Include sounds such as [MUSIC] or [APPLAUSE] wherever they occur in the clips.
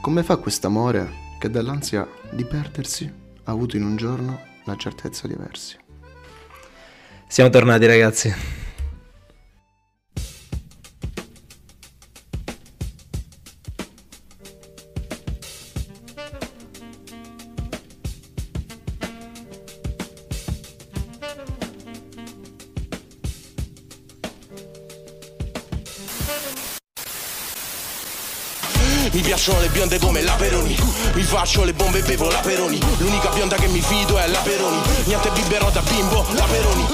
Come fa quest'amore che dall'ansia di perdersi ha avuto in un giorno la certezza di aversi? Siamo tornati ragazzi. Mi piacciono le bionde come la Peroni Mi faccio le bombe e bevo la Peroni L'unica bionda che mi fido è la Peroni Niente biberò da bimbo, la Peroni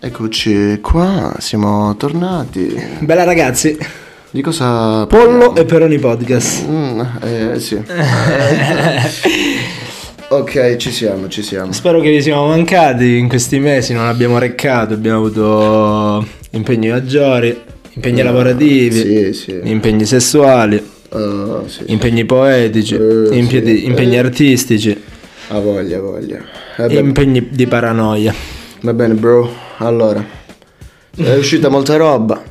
Eccoci qua, siamo tornati. Bella ragazzi. Di cosa... Pollo e Peroni Podcast. Mm, eh sì. ok, ci siamo, ci siamo. Spero che vi siamo mancati in questi mesi, non abbiamo reccato, abbiamo avuto impegni maggiori, impegni Sì, lavorativi, sì. impegni sessuali, Ah, sì, sì. impegni poetici, Eh, sì. impiedi- impegni Eh. artistici, Ha voglia, ha voglia. Eh, beh, impegni di paranoia. Va bene, bro. Allora, è uscita molta roba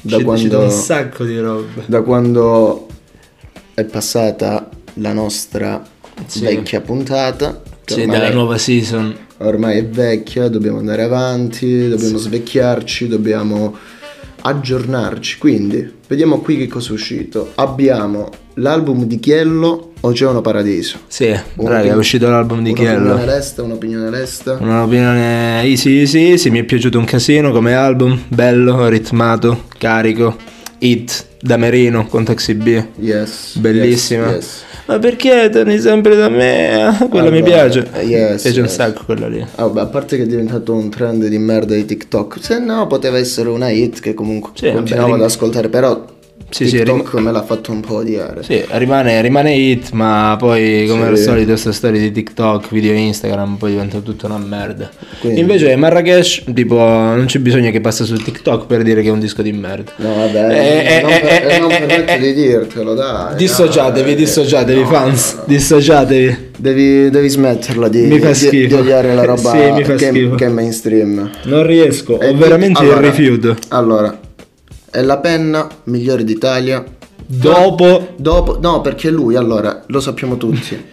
da C'è- c'è quando, un sacco di roba. da quando è passata la nostra Sì. vecchia puntata. che Sì, ormai, dalla nuova season. ormai è vecchia, dobbiamo andare avanti, dobbiamo svecchiarci, dobbiamo aggiornarci. Quindi, vediamo qui che cosa è uscito. Abbiamo l'album di Chiello, Oceano Paradiso. Sì, raga, è Un'opin- uscito l'album di Un'opinione Chiello. Mm. lesta, un'opinione lesta. Un'opinione easy, easy, easy. Mi è piaciuto un casino come album. Bello, ritmato, carico. Hit da Merino con Taxi B. Yes. Bellissima. yes, yes. Ma perché torni sempre da me? [LAUGHS] Quella mi Allora, piace. yes, piace un yes. sacco quella lì. Ah, vabbè, a parte che è diventato un trend di merda di TikTok, se no poteva essere una hit che comunque Sì, continuavo vabbè, ad ascoltare, però Sì, sì, TikTok me l'ha fatto un po' odiare. Sì, rimane, rimane hit, ma poi come Sì. al solito questa storia di TikTok, video Instagram, poi diventa tutta una merda. Quindi- Invece Marrakesh, tipo, non c'è bisogno che passa su TikTok per dire che è un disco di merda. No, vabbè, Eh, non, eh, per- eh, non eh, permetto eh, di dirtelo, dai. Dissociatevi, dai. dissociatevi No, fans, no, no. dissociatevi. Devi, devi smetterla di, Mi fa di- schifo. di odiare la roba [LAUGHS] Sì, mi fa che, schifo. che è mainstream. Non riesco, E ho veramente allora- il rifiuto. Allora, è la penna migliore d'Italia Dopo Dopo, no, perché lui, allora, lo sappiamo [LAUGHS] tutti.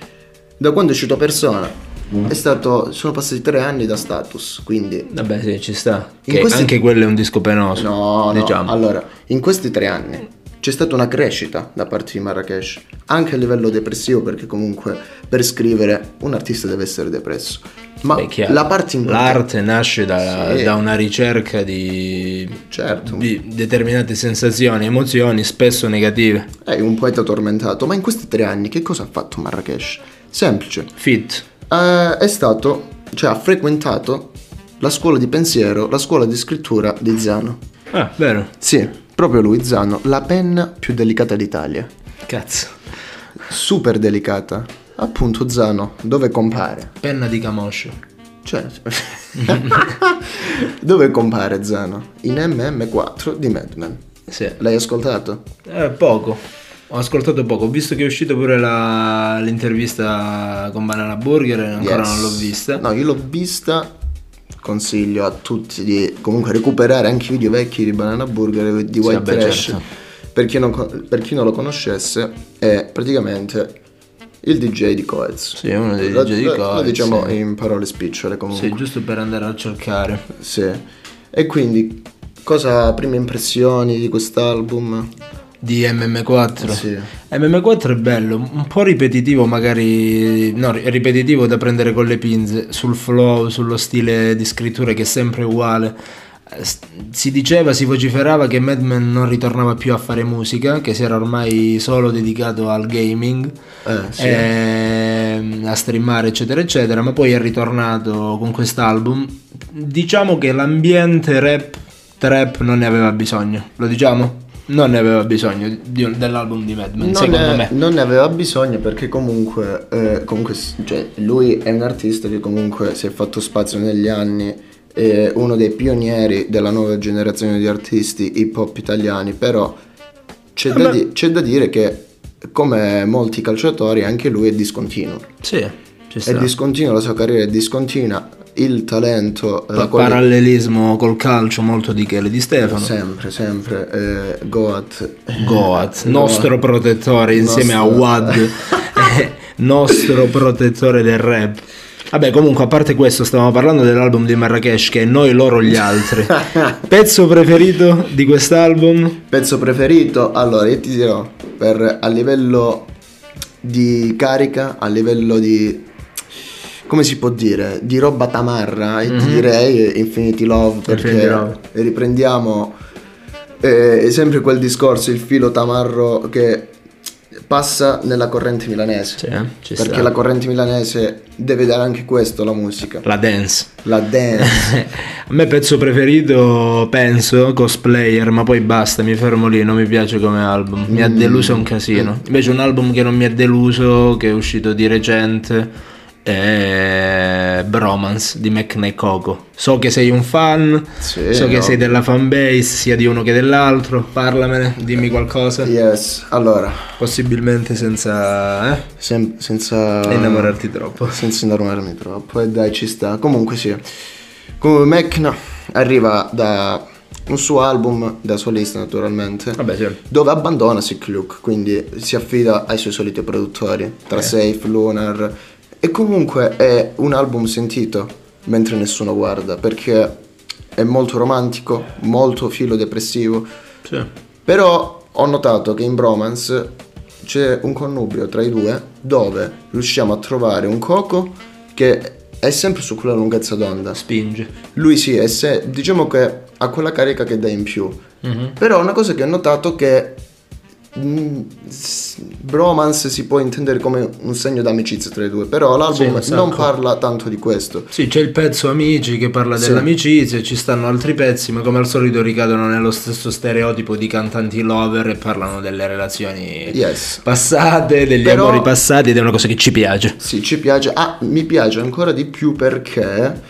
Da quando è uscito persona, Mm. è stato. Sono passati tre anni da status. Quindi. Vabbè, sì, ci sta. In Che questi- anche quello è un disco penoso. No, no. diciamo. Allora, in questi tre anni c'è stata una crescita da parte di Marrakesh. Anche a livello depressivo, perché comunque per scrivere un artista deve essere depresso. Ma Beh, chiaro. la parte importante. L'arte nasce da, Sì. da una ricerca di, Certo. di determinate sensazioni, emozioni, spesso negative. È un poeta tormentato. Ma in questi tre anni che cosa ha fatto Marrakesh? Semplice. Fit. Eh, è stato, cioè ha frequentato la scuola di pensiero, la scuola di scrittura di Zano. Ah, vero. Sì, proprio lui, Zano, la penna più delicata d'Italia. Cazzo. Super delicata. Appunto Zano, dove compare? Penna di Camoscio. Cioè... [LAUGHS] dove compare Zano? In MM4 di Mad Men. Sì. L'hai ascoltato? Eh, poco. Ho ascoltato poco. Ho visto che è uscita pure la- l'intervista con Banana Burger. e Ancora Yes. non l'ho vista. No, io l'ho vista. Consiglio a tutti di comunque recuperare anche i video vecchi di Banana Burger e di White vabbè, Trash. certo. Per, chi non, co- per chi non lo conoscesse, è praticamente il DJ di Coez. Sì, uno dei Lo- DJ di lo- Lo Coez, diciamo sì. in parole spicciole comunque. Sì, giusto per andare a cercare. Sì. E quindi, cosa prime impressioni di quest'album? Di MM4. Sì. MM4 è bello, un po' ripetitivo magari, no, ri- ripetitivo da prendere con le pinze, sul flow, sullo stile di scrittura che è sempre uguale. Eh, s- Si diceva, si vociferava che Madman non ritornava più a fare musica, che si era ormai solo dedicato al gaming, Eh, sì. ehm, a streamare eccetera eccetera, ma poi è ritornato con quest'album. Diciamo che l'ambiente rap, trap non ne aveva bisogno, lo diciamo? Non ne aveva bisogno di- dell'album di Madman, non secondo ne, me. non ne aveva bisogno perché comunque, eh, comunque s- cioè, lui è un artista che comunque si è fatto spazio negli anni, è uno dei pionieri della nuova generazione di artisti hip hop italiani, però c'è, da, di- c'è da dire che come molti calciatori anche lui è discontinuo. Sì, ci È sta. discontinua, la sua carriera è discontinua, il talento, eh, Pa- la qualità Parallelismo col calcio molto di Chele Di Stefano. Sempre, sempre. eh, Goat. Goat, nostro protettore insieme a Nostro- Wad, [LAUGHS] eh, nostro protettore del rap. Vabbè, comunque, a parte questo, stavamo parlando dell'album di Marrakesh che è Noi, loro, [LAUGHS] gli altri. Pezzo preferito di quest'album? Pezzo preferito? Allora, io ti dirò, per, a livello di carica, a livello di... Come si può dire? Di roba tamarra, e ti direi Infinity Love perché Mhm. Infinity Love. riprendiamo eh, sempre quel discorso, il filo tamarro che passa nella corrente milanese. perché la corrente milanese deve dare anche questo, la musica, la dance. la dance. [LAUGHS] A me pezzo preferito, penso, cosplayer, ma poi basta, mi fermo lì, non mi piace come album. Mi ha Mm. deluso un casino. Eh. Invece un album che non mi ha deluso, che è uscito di recente, è Bromance di McNe Coco. So che sei un fan, Sì, so che no. sei della fanbase, sia di uno che dell'altro, parlamene, dimmi qualcosa. yes, allora, Possibilmente senza eh, sem- senza... innamorarti troppo. senza innamorarmi troppo e dai ci sta comunque sì come Mecna arriva da un suo album da solista naturalmente Vabbè, certo. dove abbandona Sick Luke quindi si affida ai suoi soliti produttori tra Safe, Lunar e comunque è un album sentito mentre nessuno guarda perché è molto romantico molto filo depressivo Sì. però ho notato che in Bromance c'è un connubio tra i due dove riusciamo a trovare un Coco che è sempre su quella lunghezza d'onda. Spinge. Lui sì, è se- diciamo che ha quella carica che dà in più. Mhm. Però una cosa che ho notato è che mm, s- Bromance si può intendere come un segno d'amicizia tra i due, però l'album un sacco. non parla tanto di questo. Sì, c'è il pezzo Amici che parla Sì. dell'amicizia, ci stanno altri pezzi, ma come al solito ricadono nello stesso stereotipo di cantanti lover e parlano delle relazioni Yes. passate, degli Però- amori passati ed è una cosa che ci piace. Sì, ci piace. Ah, mi piace ancora di più perché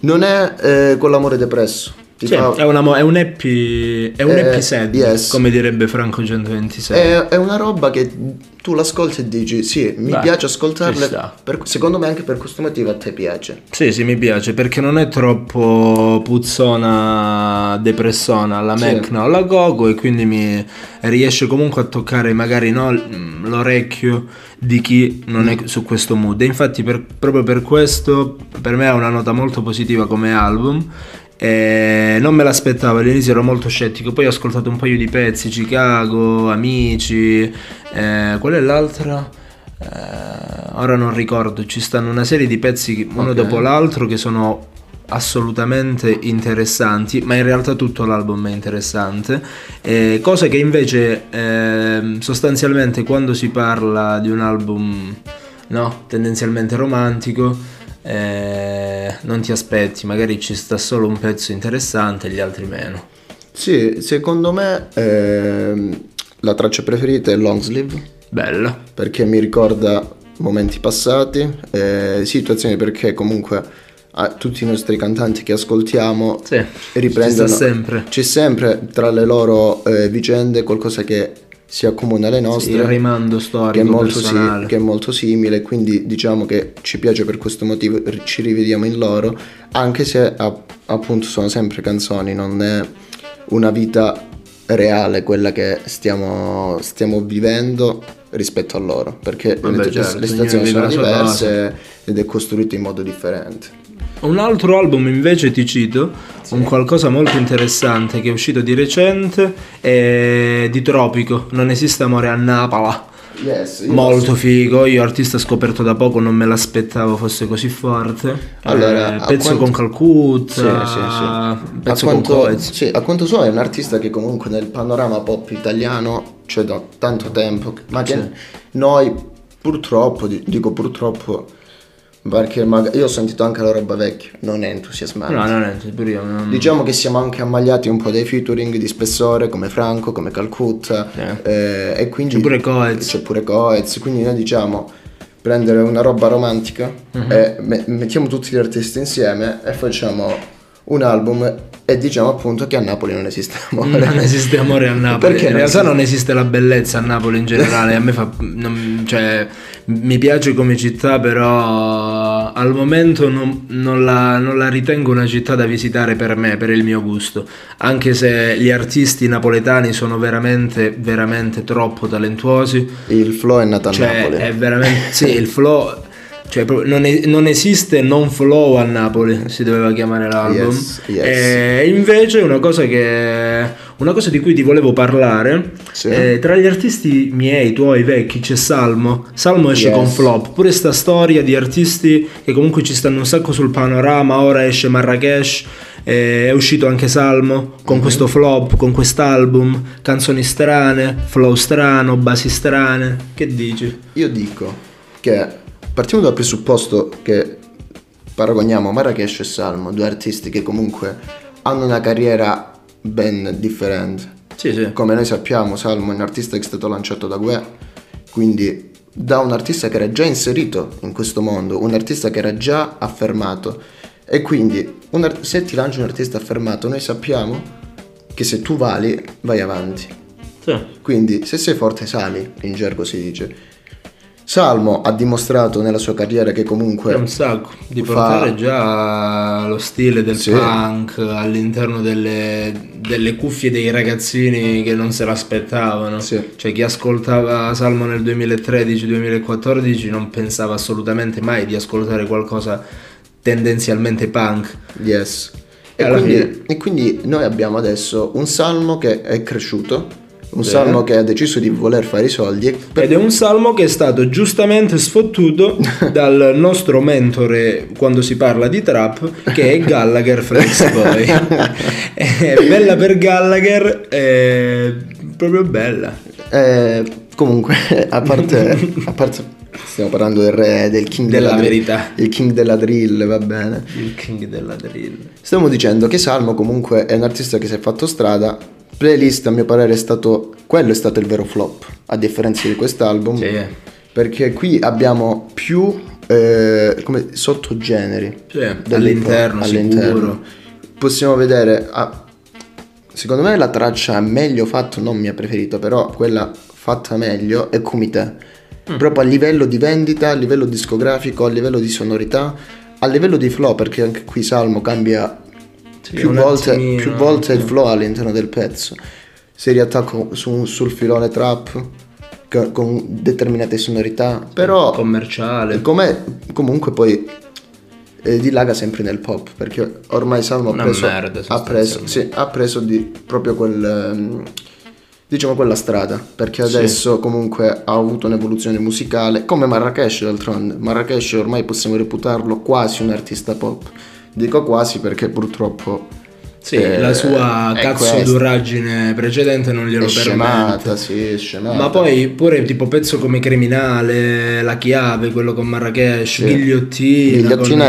non è eh, con l'amore depresso. Ti Sì, fa- è, una mo- è un happy, è un Eh, happy sad, yes. Eh, come direbbe Franco 126. è- è una roba che tu l'ascolti e dici, sì, mi Beh, piace ci sta. ascoltarla. per- secondo me anche per questo motivo a te piace. Sì, sì, mi piace perché non è troppo puzzona, depressona alla Sì. Mecna o alla Gogo e quindi mi riesce comunque a toccare magari no, l- l'orecchio di chi non è su questo mood. E infatti per- proprio per questo per me è una nota molto positiva come album. E non me l'aspettavo, all'inizio ero molto scettico, poi ho ascoltato un paio di pezzi, Chicago, Amici, eh, qual è l'altra? Eh, ora non ricordo, ci stanno una serie di pezzi uno Ok. dopo l'altro che sono assolutamente interessanti, ma in realtà tutto l'album è interessante, Eh, cosa che invece ehm, sostanzialmente quando si parla di un album no, tendenzialmente romantico, eh, non ti aspetti, magari ci sta solo un pezzo interessante e gli altri meno. Sì, secondo me ehm, la traccia preferita è Long Sleeve. Bello. perché mi ricorda momenti passati, eh, situazioni perché comunque a tutti i nostri cantanti che ascoltiamo Sì, riprendono ci sta sempre. c'è sempre tra le loro eh, vicende qualcosa che si accomuna alle nostre Il rimando che storico è, molto si- personale. che è molto simile, quindi diciamo che ci piace per questo motivo, r- ci rivediamo in loro, anche se app- appunto sono sempre canzoni, non è una vita reale quella che stiamo, stiamo vivendo rispetto a loro, perché Vabbè, le- le, le certo, ognuno situazioni vive sono la sua diverse ed è costruito in modo differente. Un altro album invece ti cito, un qualcosa molto interessante che è uscito di recente, è di Tropico, Non esiste amore a Napala. Yes, io- Molto figo, io artista scoperto da poco, non me l'aspettavo fosse così forte. Eh, Allora, a pezzo quanto- con Calcutta, Sì, sì, sì. pezzo a con quanto, Coez. sì, a quanto so è un artista che comunque nel panorama pop italiano c'è da tanto tempo, ma che noi purtroppo, di- dico purtroppo, perché maga- io ho sentito anche la roba vecchia, non è entusiasmante. No, no, no, pure io, non- Diciamo che siamo anche ammagliati un po' dai featuring di spessore come Franco, come Calcutta eh, e quindi C'è pure Coez. c'è pure Coez, quindi noi diciamo prendere una roba romantica e me- mettiamo tutti gli artisti insieme e facciamo un album e diciamo appunto che a Napoli non esiste amore. Non esiste [LAUGHS] amore a Napoli. Perché in non realtà esiste? non esiste la bellezza a Napoli in generale. A me fa. non- cioè, mi piace come città, però No, al momento non, non la, non la ritengo una città da visitare per me, per il mio gusto, anche se gli artisti napoletani sono veramente, veramente troppo talentuosi. Il flow è nato a Cioè, Napoli. [LAUGHS] è veramente. Sì, il flow. Cioè, proprio non, e- non esiste non flow a Napoli, si doveva chiamare l'album. Eh, Yes, yes. E invece una cosa che. Una cosa di cui ti volevo parlare. Sì. eh, tra gli artisti miei, tuoi vecchi, c'è Salmo. Salmo esce Yes. con flop. Pure sta storia di artisti che comunque ci stanno un sacco sul panorama. Ora esce Marrakesh. eh, è uscito anche Salmo con questo flop, con quest'album, canzoni strane, flow strano, basi strane. Che dici? Io dico che partiamo dal presupposto che paragoniamo Marrakesh e Salmo, due artisti che comunque hanno una carriera ben differente. Sì, sì. Come noi sappiamo, Salmo è un artista che è stato lanciato da Guè, quindi da un artista che era già inserito in questo mondo, un artista che era già affermato. E quindi un ar- se ti lancio un artista affermato, noi sappiamo che se tu vali, vai avanti. Quindi se sei forte sali, in gergo si dice. Salmo ha dimostrato nella sua carriera che È un comunque sacco di Fa- portare già lo stile del Sì. punk all'interno delle, delle cuffie dei ragazzini che non se l'aspettavano. Sì. Cioè chi ascoltava Salmo nel 2013-2014 non pensava assolutamente mai di ascoltare qualcosa tendenzialmente punk. yes. E, Alla fine- quindi, e quindi noi abbiamo adesso un Salmo che è cresciuto, un Sì. Salmo che ha deciso di voler fare i soldi e per- Ed è un salmo che è stato [LAUGHS] giustamente sfottuto dal nostro mentore quando si parla di trap, che è Gallagher [LAUGHS] Freaks Boy. Eh, bella per Gallagher, eh, proprio bella. eh, comunque [LAUGHS] a parte, a parte- stiamo parlando del re, del king Della dri- verità. il king della drill, va bene. Il king della drill. Stiamo dicendo che Salmo comunque è un artista che si è fatto strada. Playlist a mio parere è stato quello è stato il vero flop, a differenza di quest'album. Sì. Perché qui abbiamo più eh, come sottogeneri Sì, dell'hip hop, all'interno, sicuro. Possiamo vedere ah, secondo me la traccia meglio fatta, non mia preferita, però quella fatta meglio è Kumite. Mm. Proprio a livello di vendita, a livello discografico, a livello di sonorità, a livello di flow, perché anche qui Salmo cambia Sì, più, un volte, attimino, eh. più volte il sì. flow all'interno del pezzo. Si riattacca su- sul filone trap co- con determinate sonorità, però Commerciale. com'è- comunque poi eh, dilaga sempre nel pop perché ormai Salmo ha Una preso, merda, ha preso, sì, ha preso di, proprio quel, ehm, diciamo quella strada perché adesso comunque ha avuto un'evoluzione musicale come Marrakesh d'altronde Marrakesh ormai possiamo reputarlo quasi un artista pop dico quasi perché purtroppo Sì, eh, la sua è cazzo questa. d'uragine precedente non è glielo permette. scemata sì è scemata Ma poi pure tipo pezzo come Criminale, La Chiave, quello con Marrakesh, Ghigliottina,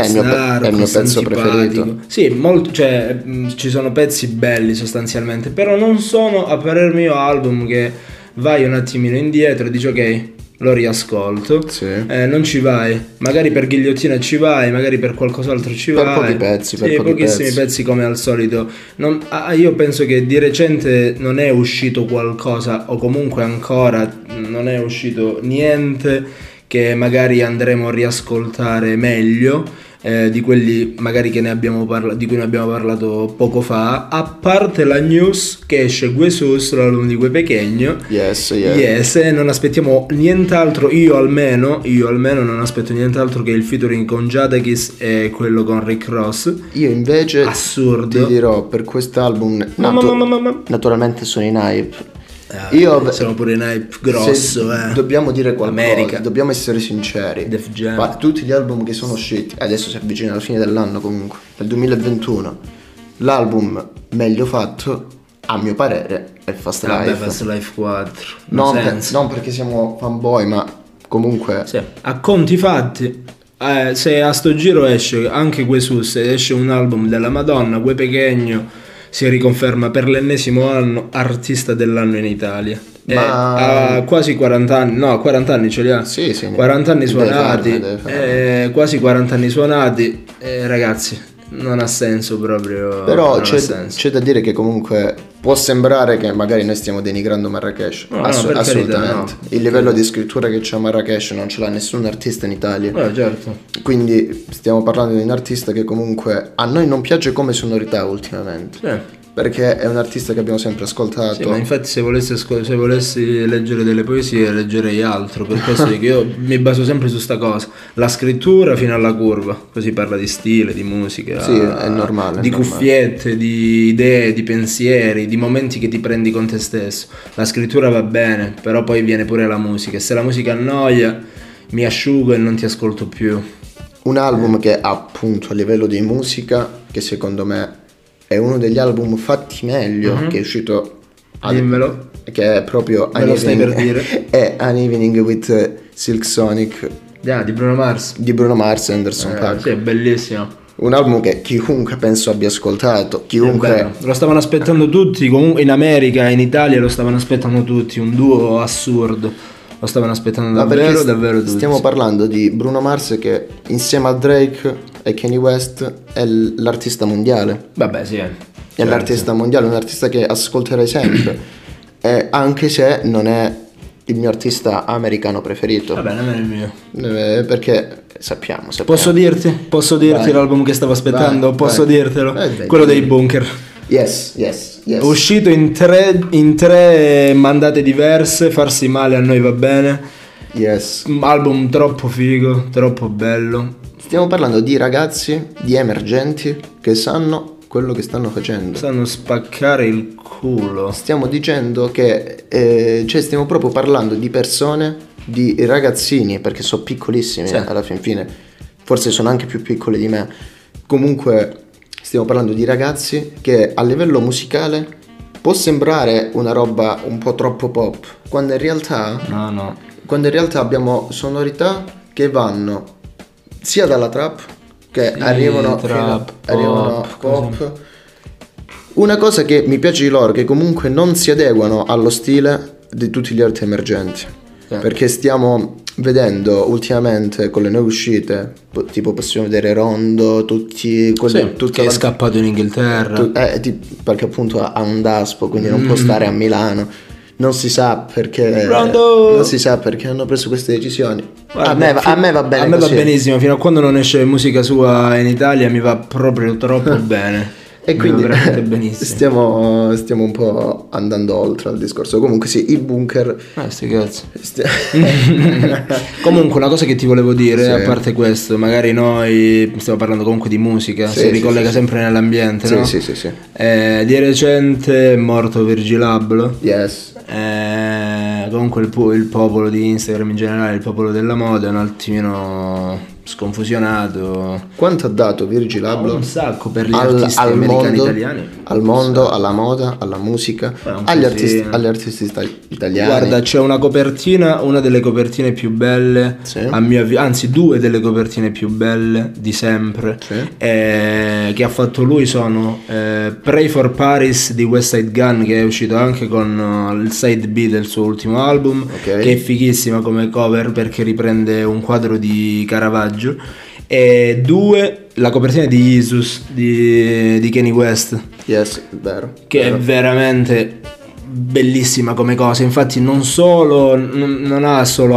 Ghigliottina con è il mio pe- Star, è il mio Cristo pezzo Antipatico. preferito. Sì, molto, cioè, mh, ci sono pezzi belli sostanzialmente, però non sono a parer mio album che vai un attimino indietro e dici ok, lo riascolto. Sì. Eh, non ci vai, magari per Ghigliottina ci vai, magari per qualcos'altro ci Per vai. pochi pezzi, per Sì, pochi pochissimi pezzi. pezzi come al solito. Non- ah, io penso che di recente non è uscito qualcosa, o comunque ancora non è uscito niente che magari andremo a riascoltare meglio. eh, di quelli magari che ne abbiamo parla- di cui ne abbiamo parlato poco fa, a parte la news che esce Guesus, l'album di Gue Pechegno, yes yes, Yes, eh, non aspettiamo nient'altro, io almeno, io almeno non aspetto nient'altro che il featuring con Jadakis e quello con Rick Ross. io invece Assurdo. ti dirò per quest'album Ma, ma, natu- ma, ma, ma. naturalmente sono in hype Ah, Io- sono pure in hype grosso, Se eh. Dobbiamo dire qualcosa, America. dobbiamo essere sinceri. Def Jam. Ma tutti gli album che sono usciti, eh, adesso si avvicina alla fine dell'anno comunque, del 2021, l'album meglio fatto, a mio parere, è Fast Vabbè, Life. Fast Life 4. non, Non per- senso. non perché siamo fanboy, ma comunque... Sì, A conti fatti, eh, se a sto giro esce anche Guesus, e esce un album della Madonna, Gue Pechegno si riconferma per l'ennesimo anno artista dell'anno in Italia. E Ma- ha quasi 40 anni, no, 40 anni ce li ha. Sì, sì. 40 anni Deve suonati, farne, deve farne. eh, quasi 40 anni suonati, eh, ragazzi. non ha senso proprio. Però non ha c'è, senso. c'è da dire che comunque può sembrare che magari noi stiamo denigrando Marrakesh. No, no, per carità, assolutamente. no. Il livello di scrittura che c'ha Marrakesh non ce l'ha nessun artista in Italia. Eh, certo. Quindi stiamo parlando di un artista che comunque a noi non piace come sonorità ultimamente. Sì. Perché è un artista che abbiamo sempre ascoltato. Sì, ma infatti se volessi, ascol- se volessi leggere delle poesie leggerei altro, per questo dico, io [LAUGHS] mi baso sempre su sta cosa, la scrittura fino alla curva, così parla di stile, di musica, Sì, è normale, è normale. di cuffiette, di idee, di pensieri, di momenti che ti prendi con te stesso, la scrittura va bene, però poi viene pure la musica e se la musica annoia mi asciugo e non ti ascolto più. Un album che appunto a livello di musica, che secondo me è uno degli album fatti meglio, che è uscito ad- Dimmelo. che è proprio Mhm. Mm. Me lo stai per dire. [LAUGHS] è An Evening with eh, Silk Sonic Ah, di Bruno Mars. di Bruno Mars e Anderson Eh, Paak. sì, è bellissimo. Un album che chiunque penso abbia ascoltato, Bello. chiunque Lo stavano aspettando tutti, comunque in America, in Italia lo stavano aspettando tutti, un duo assurdo. Lo stavano aspettando Ma perché davvero, st- davvero tutti. Stiamo parlando di Bruno Mars che insieme a Drake e Kanye West è l- l'artista mondiale. Vabbè, sì. eh. È Certo. l'artista mondiale, un artista che ascolterai sempre. [CLEARS THROAT] E anche se non è il mio artista americano preferito. Va bene, nemmeno il mio. Eh, perché sappiamo, sappiamo. Posso dirti? Posso dirti Vai. l'album che stavo aspettando? Vai, Posso vai. dirtelo? Eh, dai, Quello dei sì. bunker. Yes, yes, yes. Uscito in tre, in tre mandate diverse, farsi male a noi va bene. yes. Un Album troppo figo, troppo bello. Stiamo parlando di ragazzi, di emergenti che sanno quello che stanno facendo. Sanno spaccare il culo. Stiamo dicendo che eh, cioè stiamo proprio parlando di persone, di ragazzini, perché sono piccolissimi Sì. alla fin fine, forse sono anche più piccoli di me. Comunque stiamo parlando di ragazzi che a livello musicale può sembrare una roba un po' troppo pop, quando in realtà No, no. quando in realtà abbiamo sonorità che vanno sia dalla trap che Sì, arrivano, trap, fino a- pop, arrivano a così. pop. Una cosa che mi piace di loro è che comunque non si adeguano allo stile di tutti gli altri emergenti. Sì. Perché stiamo vedendo ultimamente con le nuove uscite, po- tipo possiamo vedere Rondo, tutti quelli Sì, tutta che è la- scappato in Inghilterra. tu- eh, ti- perché appunto ha ha un daspo, quindi non può Mm. stare a Milano. Non si sa perché. Rondo! Non si sa perché hanno preso queste decisioni. Guarda, a, me, va- fi- a me va bene. A me così. va benissimo, fino a quando non esce musica sua in Italia mi va proprio [LAUGHS] troppo bene. E Mi quindi va [LAUGHS] veramente benissimo. stiamo, stiamo un po' andando oltre al discorso. Comunque, sì, il bunker. Ah, sti cazzi. [LAUGHS] sti- comunque una cosa che ti volevo dire Sì. a parte questo magari noi stiamo parlando comunque di musica Sì, si sì, ricollega sì, sempre nell'ambiente Sì, no? sì, sì, sì. Eh, di recente è morto Virgil Abloh Yes. Eh, comunque il, po- il popolo di Instagram in generale, il popolo della moda è un attimino sconfusionato. Quanto ha dato Virgil Abloh? Un sacco per gli Al, artisti al americani mondo, italiani. al mondo, alla moda, alla musica, Beh, un po' agli sì. artisti, agli artisti ita- italiani. Guarda, c'è una copertina, una delle copertine più belle, Sì. a mio avvi- anzi due delle copertine più belle di sempre, Sì. eh, che ha fatto lui sono eh, Pray for Paris di West Side Gun, che è uscito anche con eh, il side B del suo ultimo album, Ok. che è fighissima come cover perché riprende un quadro di Caravaggio, e due, la copertina di Jesus di, di Kanye West Yes, vero. che vero. è veramente bellissima come cosa infatti non solo n- non ha solo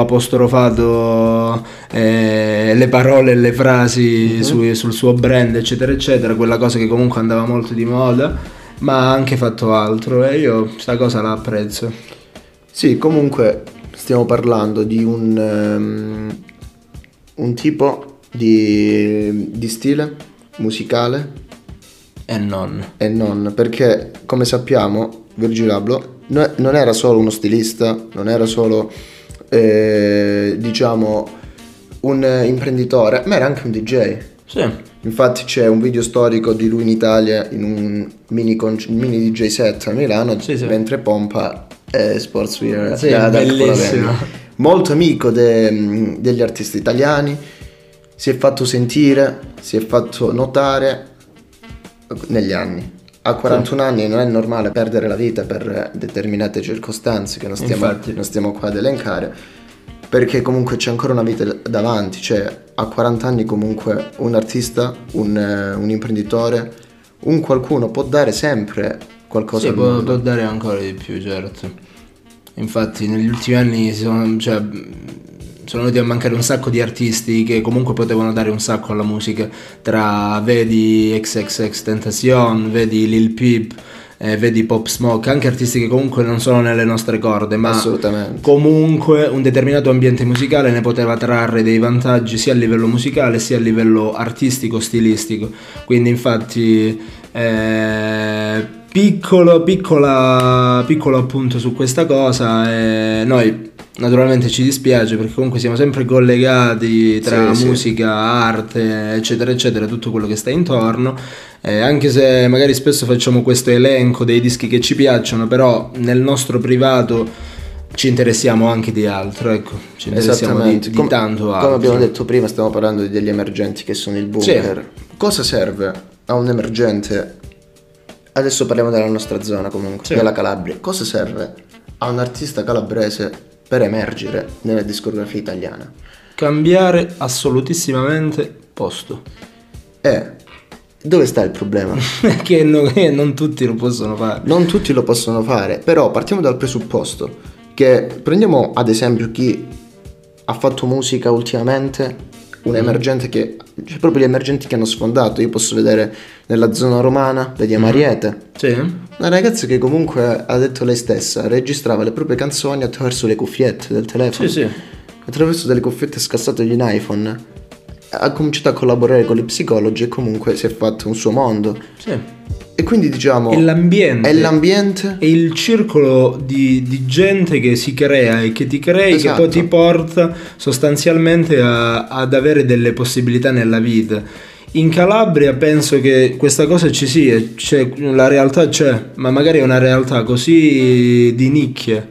apostrofato eh, le parole e le frasi sui- sul suo brand eccetera eccetera quella cosa che comunque andava molto di moda ma ha anche fatto altro e io sta cosa la apprezzo Sì, comunque stiamo parlando di un, ehm, un tipo di, di stile musicale e non e non, perché come sappiamo Virgil Abloh no- non era solo uno stilista, non era solo eh, diciamo un eh, imprenditore, ma era anche un DJ. sì Infatti c'è un video storico di lui in Italia in un mini, con- mini DJ set a Milano Sì, sì. mentre pompa eh, Sportswear Sì, Arcola bellissimo. Venere. Molto amico de- mh, degli artisti italiani, si è fatto sentire, si è fatto notare negli anni. A 41 anni non è normale perdere la vita per eh, determinate circostanze che non stiamo, Infatti. non stiamo qua ad elencare. perché comunque c'è ancora una vita davanti, cioè a 40 anni comunque un artista, un, eh, un imprenditore, un qualcuno può dare sempre qualcosa Sì, al può, mondo. può dare ancora di più, certo. Infatti, negli ultimi anni si sono, cioè, sono venuti a mancare un sacco di artisti che comunque potevano dare un sacco alla musica. Tra vedi XXX Tentacion, vedi Lil Peep, eh, vedi Pop Smoke, anche artisti che comunque non sono nelle nostre corde, ma Assolutamente. comunque un determinato ambiente musicale ne poteva trarre dei vantaggi sia a livello musicale sia a livello artistico, stilistico. Quindi infatti eh, piccolo, piccola, piccolo appunto su questa cosa, eh, noi naturalmente ci dispiace perché comunque siamo sempre collegati tra Sì, sì. musica, arte, eccetera, eccetera, tutto quello che sta intorno. Eh, anche se magari spesso facciamo questo elenco dei dischi che ci piacciono, però nel nostro privato ci interessiamo anche di altro, ecco, ci interessiamo di, Esattamente, di come, tanto altro. come abbiamo detto prima stiamo parlando degli emergenti che sono il bunker. Cosa serve a un emergente? Adesso parliamo della nostra zona comunque, Sì. della Calabria. Cosa serve a un artista calabrese per emergere nella discografia italiana? Cambiare assolutissimamente posto. E Eh, dove sta il problema? [LAUGHS] che, no- che non tutti lo possono fare. Non tutti lo possono fare, però partiamo dal presupposto che prendiamo ad esempio chi ha fatto musica ultimamente, Mm. un emergente che... cioè proprio gli emergenti che hanno sfondato, io posso vedere nella zona romana, Mm. vediamo Ariete, Sì? una ragazza che comunque ha detto lei stessa, registrava le proprie canzoni attraverso le cuffiette del telefono, Sì, sì. attraverso delle cuffiette scassate di un iPhone, ha cominciato a collaborare con gli psicologi e comunque si è fatto un suo mondo. sì. E quindi diciamo... È l'ambiente. È l'ambiente È il circolo di, di gente che si crea e che ti crei, Esatto. che poi ti porta sostanzialmente a- ad avere delle possibilità nella vita. In Calabria penso che questa cosa ci sia, c'è- la realtà c'è, ma magari è una realtà così di nicchia.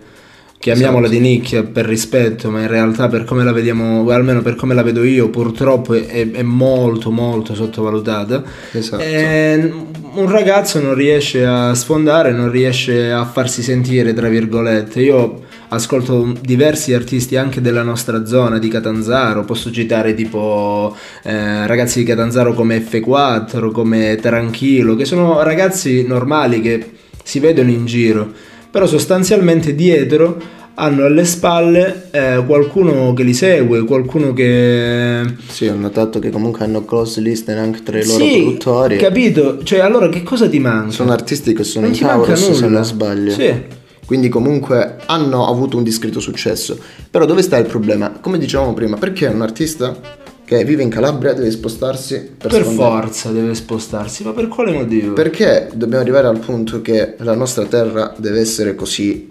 Chiamiamola di nicchia per rispetto, ma in realtà per come la vediamo, almeno per come la vedo io, purtroppo è- è molto molto sottovalutata. Esatto. Eh, un ragazzo non riesce a sfondare, non riesce a farsi sentire, tra virgolette. Io ascolto diversi artisti anche della nostra zona di Catanzaro, posso citare tipo eh, ragazzi di Catanzaro come F4, come Tranquillo, che sono ragazzi normali che si vedono in giro, però sostanzialmente dietro hanno alle spalle eh, qualcuno che li segue, qualcuno che Sì, ho notato che comunque hanno close list anche tra i loro produttori. Capito? Cioè, allora che cosa ti manca? sono artisti che sono Non in ci manca Taurus, se nulla. non sbaglio. Sì. Quindi comunque hanno avuto un discreto successo. Però dove sta il problema? Come dicevamo prima, perché un artista che vive in Calabria deve spostarsi per, per sfondare? forza deve spostarsi, ma per quale motivo? Perché dobbiamo arrivare al punto che la nostra terra deve essere così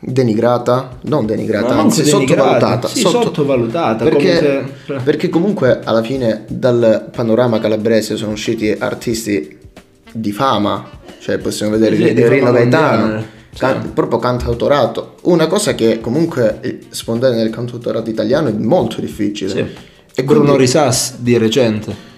denigrata? Non denigrata, Ma manco anzi denigrata, sottovalutata. sì, sottovalutata, Perché, come se- perché comunque alla fine dal panorama calabrese sono usciti artisti di fama, cioè possiamo vedere Sì, De- di fama Rino Gaetano, mondiale, sì. can- proprio cantautorato. Una cosa che comunque eh, sfondare nel cantautorato italiano è molto difficile. Sì. E Bruno quindi- Risas di recente.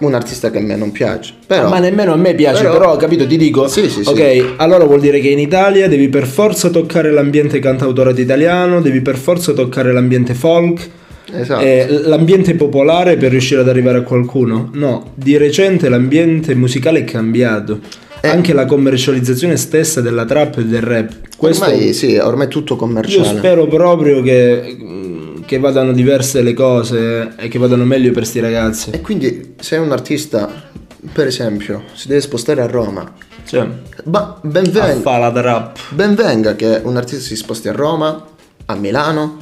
un artista che a me non piace, però... ma nemmeno a me piace, però- però, capito, ti dico, Sì, sì, sì. ok, allora vuol dire che in Italia devi per forza toccare l'ambiente cantautorato italiano, devi per forza toccare l'ambiente folk, Esatto. eh, l'ambiente popolare per riuscire ad arrivare a qualcuno. No, di recente l'ambiente musicale è cambiato. Eh. Anche la commercializzazione stessa della trap e del rap. Questo Ormai sì, ormai è tutto Io commerciale. spero proprio che, mm, che vadano diverse le cose e che vadano meglio per sti ragazzi. E quindi se un artista, per esempio, si deve spostare a Roma, Cioè, ma ben, a ven- Ah, fa la trap. ben venga che un artista si sposti a Roma, a Milano,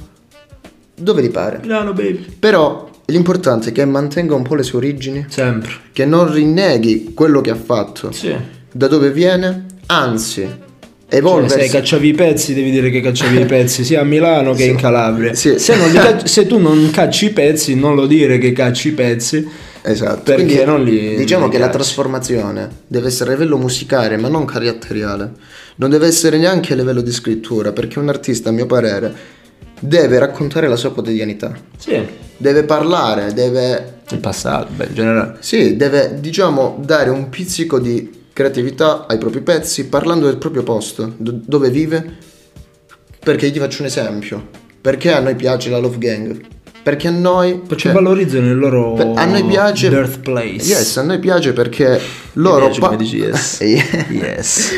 dove gli pare. Milano baby. Però l'importante è che mantenga un po' le sue origini, Sempre. Cioè, che non rinneghi quello che ha fatto, Sì. da dove viene, anzi, Cioè, se evolversi. cacciavi i pezzi devi dire che cacciavi i pezzi sia a Milano che in Calabria. Sì. Se, non li cac- se tu non cacci i pezzi non lo dire che cacci i pezzi. Esatto, Perché quindi non li- diciamo non li che la piace. trasformazione deve essere a livello musicale ma non caratteriale, non deve essere neanche a livello di scrittura perché un artista a mio parere deve raccontare la sua quotidianità, Sì. deve parlare, deve, Il passato, beh, in generale. sì, deve diciamo dare un pizzico di creatività ai propri pezzi parlando del proprio posto, do- dove vive, perché io ti faccio un esempio, Perché a noi piace la Love Gang? Perché a noi... Perché cioè, valorizzano il loro per- a noi Oh, piace... birthplace. Yes, a noi piace perché loro... piace come dici [LAUGHS] yes. Yes.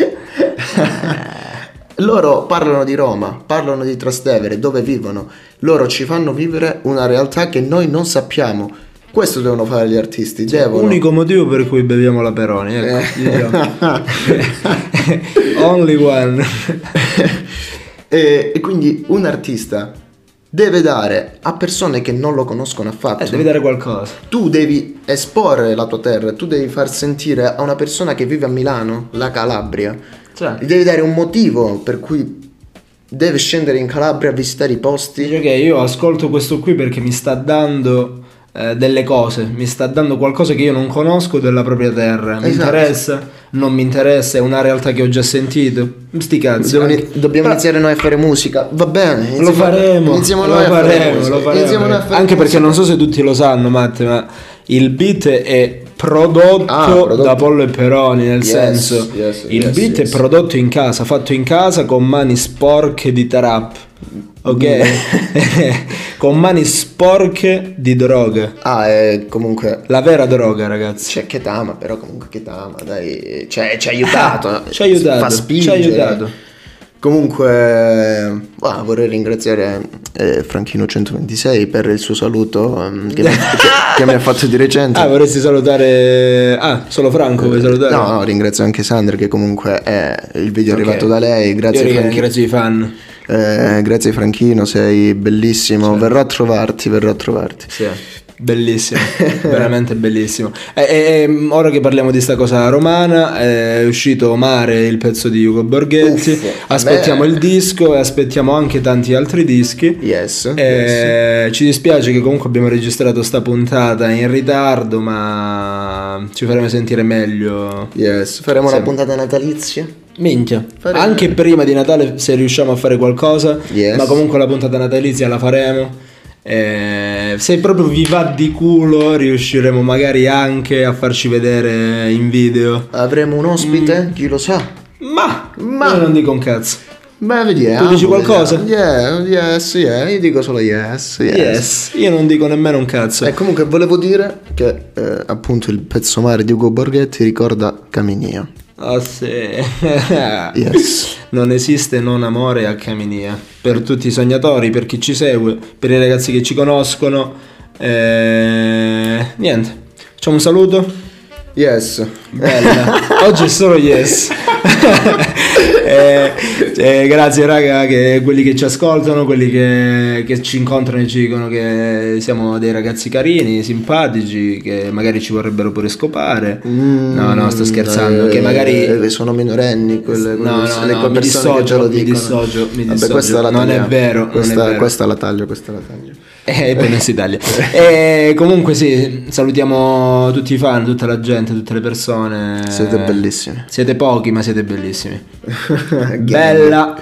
Loro parlano di Roma, parlano di Trastevere, dove vivono. Loro ci fanno vivere una realtà che noi non sappiamo. Questo devono fare gli artisti, devono. Eh. Unico motivo per cui beviamo la Peroni, ecco. [LAUGHS] diciamo. [LAUGHS] Only one. e, e quindi un artista deve dare a persone che non lo conoscono affatto. Eh, devi dare qualcosa. Tu devi esporre la tua terra, tu devi far sentire a una persona che vive a Milano, la Calabria. Cioè. Gli devi dare un motivo per cui deve scendere in Calabria a visitare i posti. Dici ok, io ascolto questo qui perché mi sta dando eh, delle cose, mi sta dando qualcosa che io non conosco della propria terra. Esatto. Mi interessa? Non mi interessa, è una realtà che ho già sentito. Sti cazzi. Dobbiamo, anche- dobbiamo Però iniziare noi a fare musica. Va bene. Lo iniziamo- faremo, Iniziamo lo noi a fare faremo, musica. lo faremo. Iniziamo noi a fare Anche musica. perché non so se tutti lo sanno, Matte, ma il beat è prodotto, Ah, prodotto. da Pollo e Peroni, nel Yes, senso yes, il yes, beat yes. è prodotto in casa, fatto in casa con mani sporche di trap. Mm. Ok? [LAUGHS] con mani sporche di droga. Ah, eh, comunque. La vera droga, ragazzi. C'è Ketama, però comunque Ketama, dai. Cioè, ci ha aiutato. Ah, [LAUGHS] ci ha aiutato, Fa ci ha spingere. aiutato. Comunque, ah, vorrei ringraziare eh, Franchino126 per il suo saluto ehm, [LAUGHS] che, mi, che- che mi ha fatto di recente. Ah, vorresti salutare. Ah, solo Franco vuoi salutare? No, no, ringrazio anche Sandra che comunque eh, il video è Ok. arrivato da lei. Grazie, Io Franchi- ringrazio i fan. eh, grazie Franchino, sei bellissimo. Verrò a trovarti, verrò a trovarti. Certo. Sì, [LAUGHS] bellissimo, veramente bellissimo. E, e- e, ora che parliamo di sta cosa romana, eh, è uscito Mare il pezzo di Ugo Borghetti. Uff, aspettiamo beh. il disco e aspettiamo anche tanti altri dischi. Yes. yes. Eh, Ci dispiace che comunque abbiamo registrato sta puntata in ritardo, ma ci faremo sentire meglio. Yes, faremo Sì. la puntata natalizia. Minchia, Faremo. anche prima di Natale se riusciamo a fare qualcosa, Yes. ma comunque la puntata natalizia la faremo. Eh, se proprio vi va di culo, riusciremo magari anche a farci vedere in video. Avremo un ospite, chi lo sa? Ma, Ma- io non dico un cazzo. Beh, vediamo. Tu dici vediamo. qualcosa? eh. Yeah, yes, yeah. Io dico solo yes, yes. Ecco. Yes, io non dico nemmeno un cazzo. E comunque volevo dire che eh, appunto il pezzo mare di Ugo Borghetti ricorda Caminio. Ah, sì. [LAUGHS] Yes. Non esiste non amore a Caminia. Per tutti i sognatori, per chi ci segue, per i ragazzi che ci conoscono. eh, niente. Facciamo un saluto. Yes. [LAUGHS] Bella. Oggi è solo yes. Eh, eh, grazie raga che quelli che ci ascoltano, quelli che, che ci incontrano e ci dicono che siamo dei ragazzi carini, simpatici, che magari ci vorrebbero pure scopare. Mm, no, no, sto scherzando. Eh, che magari... eh, sono minorenni quelle, quelle- No, no, le no, quelle mi persone che già dissocio, lo mi dicono. dissocio, mi Vabbè, dissocio. questa la Non è tagliamo. vero, non è Questa, vero. questa la taglio, questa la taglio. [LAUGHS] Eh, poi non si taglia. Eh, comunque sì, salutiamo tutti i fan, tutta la gente, tutte le persone. [LAUGHS] Siete bellissimi. [LAUGHS] Siete pochi, ma siete bellissimi. Bella.